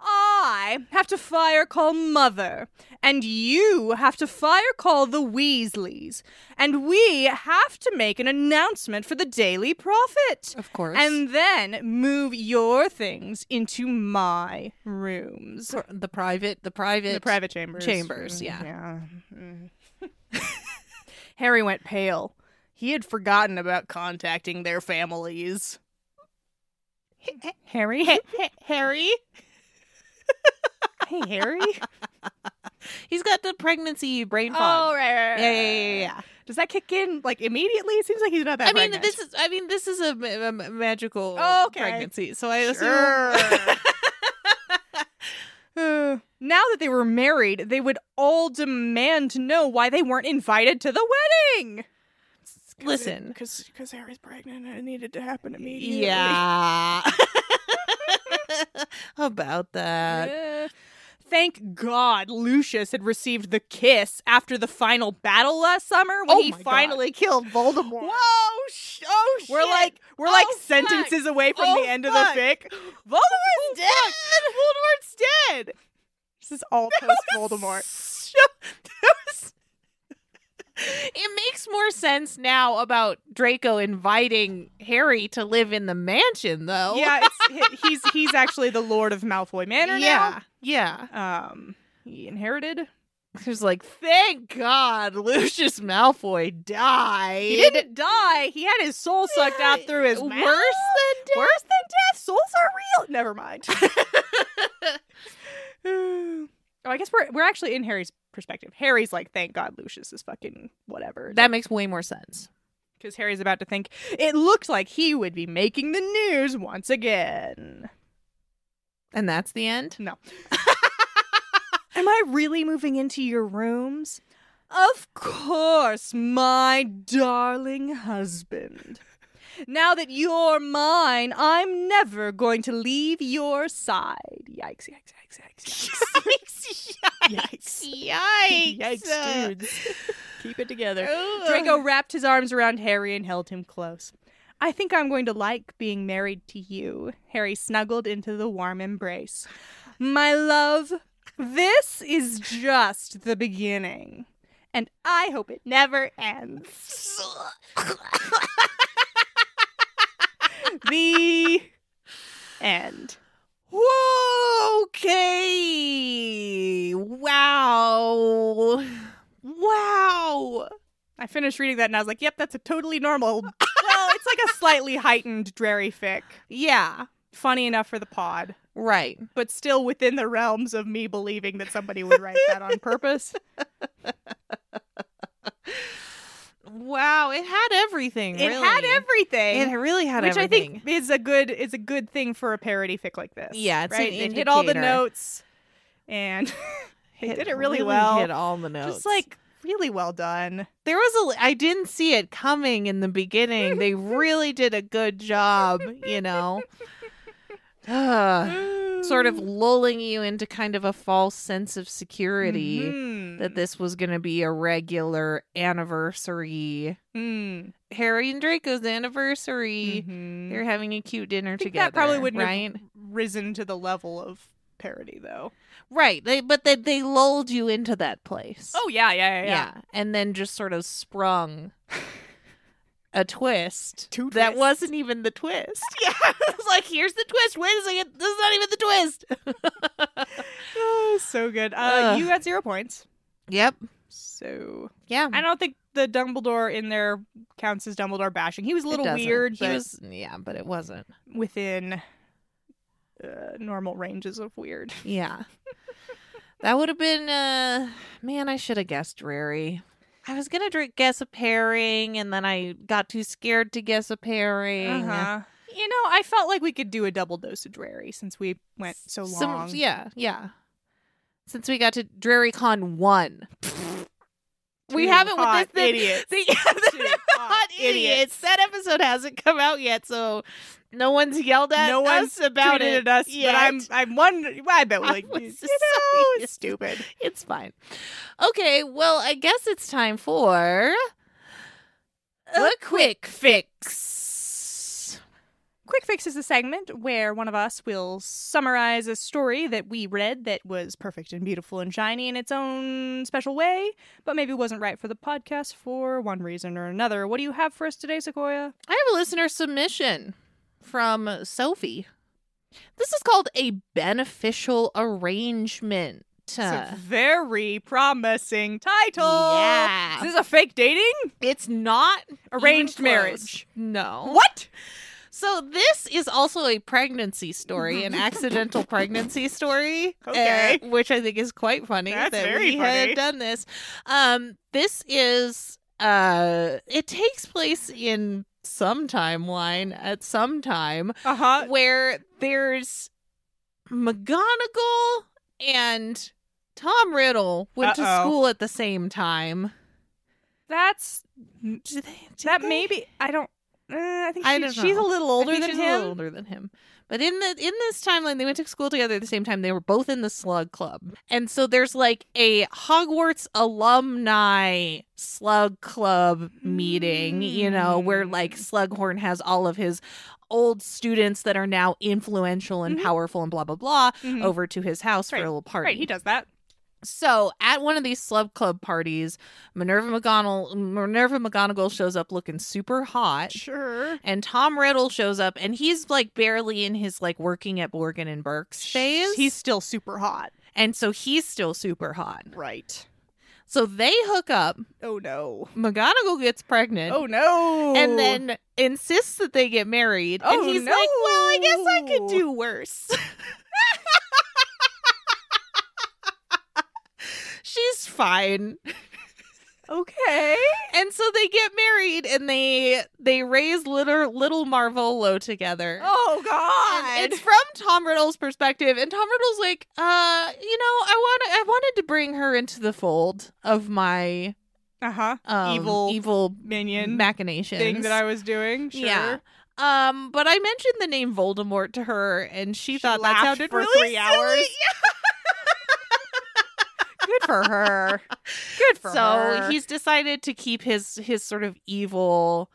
I have to fire call Mother and you have to fire call the Weasleys, and we have to make an announcement for the Daily Prophet.
Of course.
And then move your things into my rooms.
Pr- the private, the private,
The private chambers.
chambers,
Mm,
yeah.
yeah. Harry went pale. He had forgotten about contacting their families. Harry? Harry? hey, Harry?
He's got the pregnancy brain
Oh,
fog.
right, right, right,
yeah, yeah, yeah, yeah,
right,
yeah.
right. Does that kick in like immediately? It seems like he's not that
I mean,
pregnant.
this is. I mean, this is a, ma- a ma- magical
Oh, okay.
pregnancy. So I assume.
Sure. now that they were married, they would all demand to know why they weren't invited to the wedding.
Listen.
because because Harry's pregnant and it needed to happen immediately.
Yeah. About that.
Yeah. Thank God Lucius had received the kiss after the final battle last summer when
Oh
he
my God.
finally killed Voldemort.
Whoa! Sh- oh
We're like we're like
Oh, fuck.
sentences away from
Oh,
the end of
fuck.
the fic. Voldemort's dead. Voldemort's dead. This is all post Voldemort.
It makes more sense now about Draco inviting Harry to live in the mansion, though.
Yeah, it's, he- he's he's actually the Lord of Malfoy Manor
yeah, yeah.
now. Um, he inherited.
He's like, thank God, Lucius Malfoy died.
He didn't die. He had his soul sucked out through his
worse
mouth.
than death.
Worse than death. Souls are real. Never mind. oh, I guess we're we're actually in Harry's perspective. Harry's like, thank God Lucius is fucking whatever.
That makes way more sense.
Because Harry's about to think it looked like he would be making the news once again.
And that's the end.
No. Am I really moving into your rooms? Of course, my darling husband. Now that you're mine, I'm never going to leave your side. Yikes, yikes, yikes, yikes.
Yikes!
Yikes.
Yikes!
Yikes, dudes. Keep it together.
Ugh.
Draco wrapped his arms around Harry and held him close. I think I'm going to like being married to you. Harry snuggled into the warm embrace. My love, this is just the beginning. And I hope it never ends. the end.
Whoa, okay. Wow. Wow.
I finished reading that and I was like, yep, that's a totally normal. well, it's like a slightly heightened dreary fic.
Yeah.
Funny enough for the pod.
Right.
but still within the realms of me believing that somebody would write that on purpose.
Wow. It had everything.
It had
really.
everything.
It really had
which
everything.
I think is a good is a good thing for a parody fic like this.
Yeah, it's an
right. it hit all the
indicator.
notes, and they did it really, well.
Hit all the notes.
Just like really well done.
there was a. I didn't see it coming in the beginning. they really did a good job. You know. Ugh. Uh, sort of lulling you into kind of a false sense of security.
Mhm.
that this was going to be a regular anniversary.
Mm.
Harry and Draco's anniversary.
Mhm.
They're having a cute dinner
think
together.
that probably wouldn't have-
right,
Risen to the level of parody, though.
right. They but they they lulled you into that place.
Oh, yeah, yeah,
and then just sort of sprung a twist
Two
that
twists.
wasn't even the twist. Yeah, it was like here's the twist. Wait a second, this is not even the twist.
Oh, so good. Uh,
Ugh.
you got zero points.
Yep.
So
Yeah.
I don't think the Dumbledore in there counts as Dumbledore bashing. He was a
It
little
doesn't.
weird,
He
but
was yeah, but it wasn't.
within uh, normal ranges of weird.
Yeah. that would have been uh man, I should have guessed Rary. I was gonna dr- guess a pairing and then I got too scared to guess a pairing.
Uh-huh. You know, I felt like we could do a double dosage rary since we went so
Some-
long.
yeah, yeah. Since we got to DraryCon one. we
Two
haven't
hot
with this thing.
idiots.
The,
Two
the
hot
hot idiots.
idiots.
That episode hasn't come out yet, so no one's yelled at
No one's
us about
tweeted
it.
at us,
yet.
but I'm I'm wondering. Well, I bet we
I
like
was
you
so
know,
used
it's
to-
stupid.
It's fine. Okay, well, I guess it's time for a quick fix.
Quick Fix is a segment where one of us will summarize a story that we read that was perfect and beautiful and shiny in its own special way, but maybe wasn't right for the podcast for one reason or another. What do you have for us today, Sequoia?
I have a listener submission from Sophie. This is called a beneficial arrangement.
it's a very promising title. Is
yeah.
this a fake dating?
It's not
Arranged
even close.
marriage.
No.
What?
So this is also a pregnancy story, an accidental pregnancy story, uh,
Okay.
which I think is quite funny
That's
that we
very funny.
had done this. Um, this is uh, it takes place in some timeline at some time
Uh huh.
where there's McGonagall and Tom Riddle went
Uh-oh.
to school at the same time.
That's
Did they, did
that.
they?
Maybe I don't. Uh, I think she,
I don't
she's a
know.
little
I
older
think
than
she's a
him.
little older than him. But in the in this timeline, they went to school together at the same time. They were both in the Slug Club, and so there's like a Hogwarts alumni Slug Club meeting. You know, where
Hmm.
like Slughorn has all of his old students that are now influential and
Mhm.
powerful and blah blah blah
Mhm.
over to his house
Right.
for a little party.
Right, he does that.
So at one of these slug club parties, Minerva McGonagall Minerva McGonagall shows up looking super hot
Sure.
and Tom Riddle shows up, and he's like barely in his like working at Morgan and Burke's phase.
He's still super hot.
and so he's still super hot.
Right.
So they hook up.
Oh no.
McGonagall gets pregnant.
Oh no.
And then insists that they get married.
Oh,
and he's like, Well, I guess I
no.
could do worse. She's fine.
okay.
And so they get married and they they raise little little Marvolo together.
Oh
And
god.
It's from Tom Riddle's perspective, and Tom Riddle's like, uh, you know, I want I wanted to bring her into the fold of my
Uh huh.
um,
Evil
evil
Minion
machinations.
thing that I was doing. Sure.
Yeah. Um, but I mentioned the name Voldemort to her, and she,
She
thought that
laughed
sounded
for
really
three
silly.
hours. Good for her. Good for
so
her.
he's decided to keep his his sort of evilness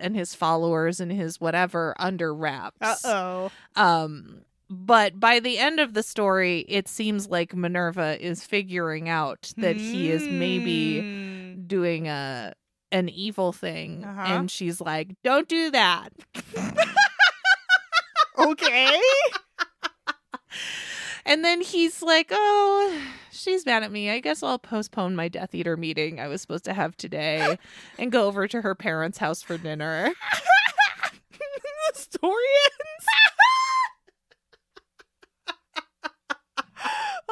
and his followers and his whatever under wraps.
Uh oh.
Um, but by the end of the story, it seems like Minerva is figuring out that he is maybe
Mm.
doing a an evil thing,
Uh-huh.
and she's like, "Don't do that."
okay.
And then he's like, "Oh, she's mad at me. I guess I'll postpone my Death Eater meeting I was supposed to have today, and go over to her parents' house for dinner." the story ends.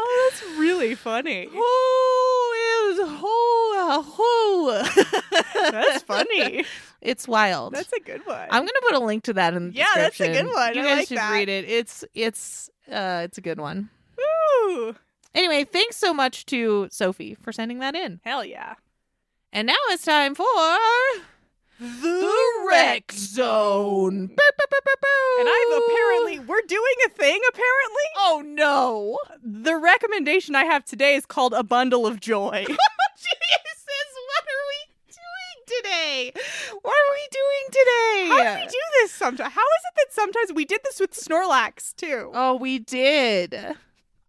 Oh, that's really funny.
Oh, it was whole, whole.
That's funny.
It's wild.
That's a good one.
I'm gonna put a link to that in the
Yeah, that's a
description.
good one.
You
I
guys
like
should
that.
read it. It's it's uh it's a good one.
Woo!
Anyway, thanks so much to Sophie for sending that in.
Hell yeah.
And now it's time for the
Rec
Zone.
And I've apparently we're doing a thing apparently.
Oh no!
The recommendation I have today is called a bundle of joy.
Jesus, what are we doing today? What are we doing today?
How do we do this sometimes? How is it that sometimes we did this with Snorlax too?
oh, we did.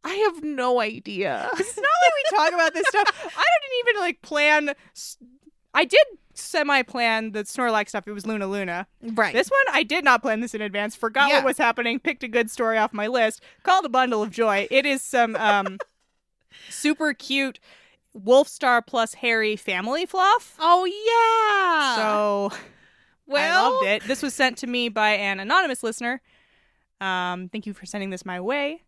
I have no idea.
It's not like we talk about this stuff. I didn't even like plan. s- I did semi plan the Snorlax stuff. It was Luna Luna.
Right.
This one, I did not plan this in advance. Forgot
Yeah.
what was happening. Picked a good story off my list. Called a bundle of joy. It is some um, super cute Wolfstar plus Harry family fluff.
Oh yeah.
So
Ah, well,
I loved it. This was sent to me by an anonymous listener. Um, thank you for sending this my way.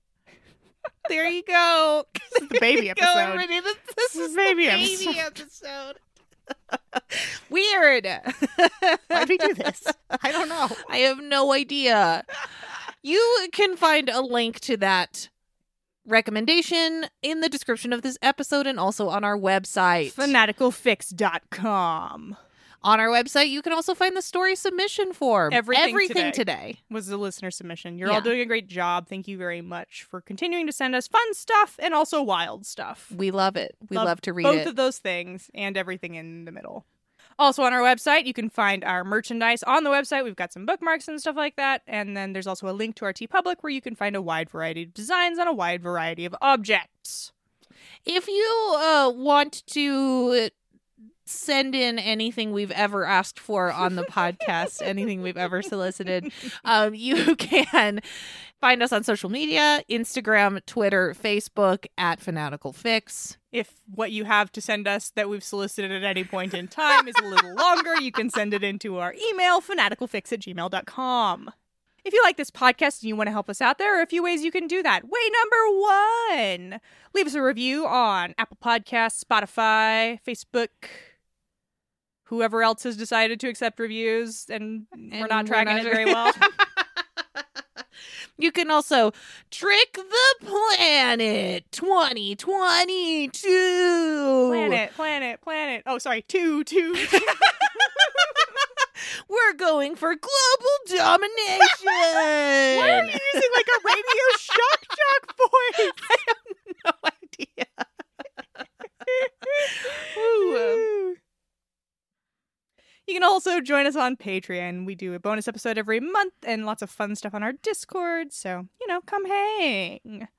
there you go.
This is the baby
Go
episode.
everybody. This, this is
baby
the baby episode. Weird.
Why'd we do this? I don't know.
I have no idea. You can find a link to that recommendation in the description of this episode and also on our website.
Fanaticalfix.com
on our website, you can also find the story submission form.
Everything
today.
was the listener submission. You're all
Yeah.
doing a great job. Thank you very much for continuing to send us fun stuff and also wild stuff.
We love it. We
Love
love, to read
Both
it.
of those things and everything in the middle. Also on our website, you can find our merchandise on the website. We've got some bookmarks and stuff like that. And then there's also a link to our T Public where you can find a wide variety of designs on a wide variety of objects.
If you uh, want to send in anything we've ever asked for on the podcast, anything we've ever solicited, um, you can find us on social media Instagram, Twitter, Facebook at Fanatical Fix.
If what you have to send us that we've solicited at any point in time is a little longer, you can send it into our email, fanaticalfix at gmail.com. If you like this podcast and you want to help us out, there are a few ways you can do that. Way number one leave us a review on Apple Podcasts, Spotify, Facebook, whoever else has decided to accept reviews, and, we're
And
not
we're
tracking
not-
it very well.
You can also trick the planet 2022.
planet, planet, planet. Oh, sorry, two, two.
We're going for global domination.
Why are you using like a radio shock jock voice? I have no idea.
Ooh.
You can also join us on Patreon. We do a bonus episode every month and lots of fun stuff on our Discord. So, you know, come hang.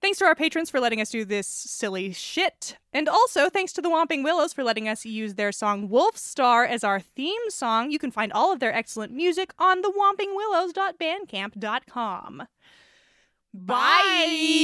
Thanks to our patrons for letting us do this silly shit. And also thanks to the Whomping Willows for letting us use their song Wolf Star as our theme song. You can find all of their excellent music on thewhompingwillows.bandcamp.com. Bye.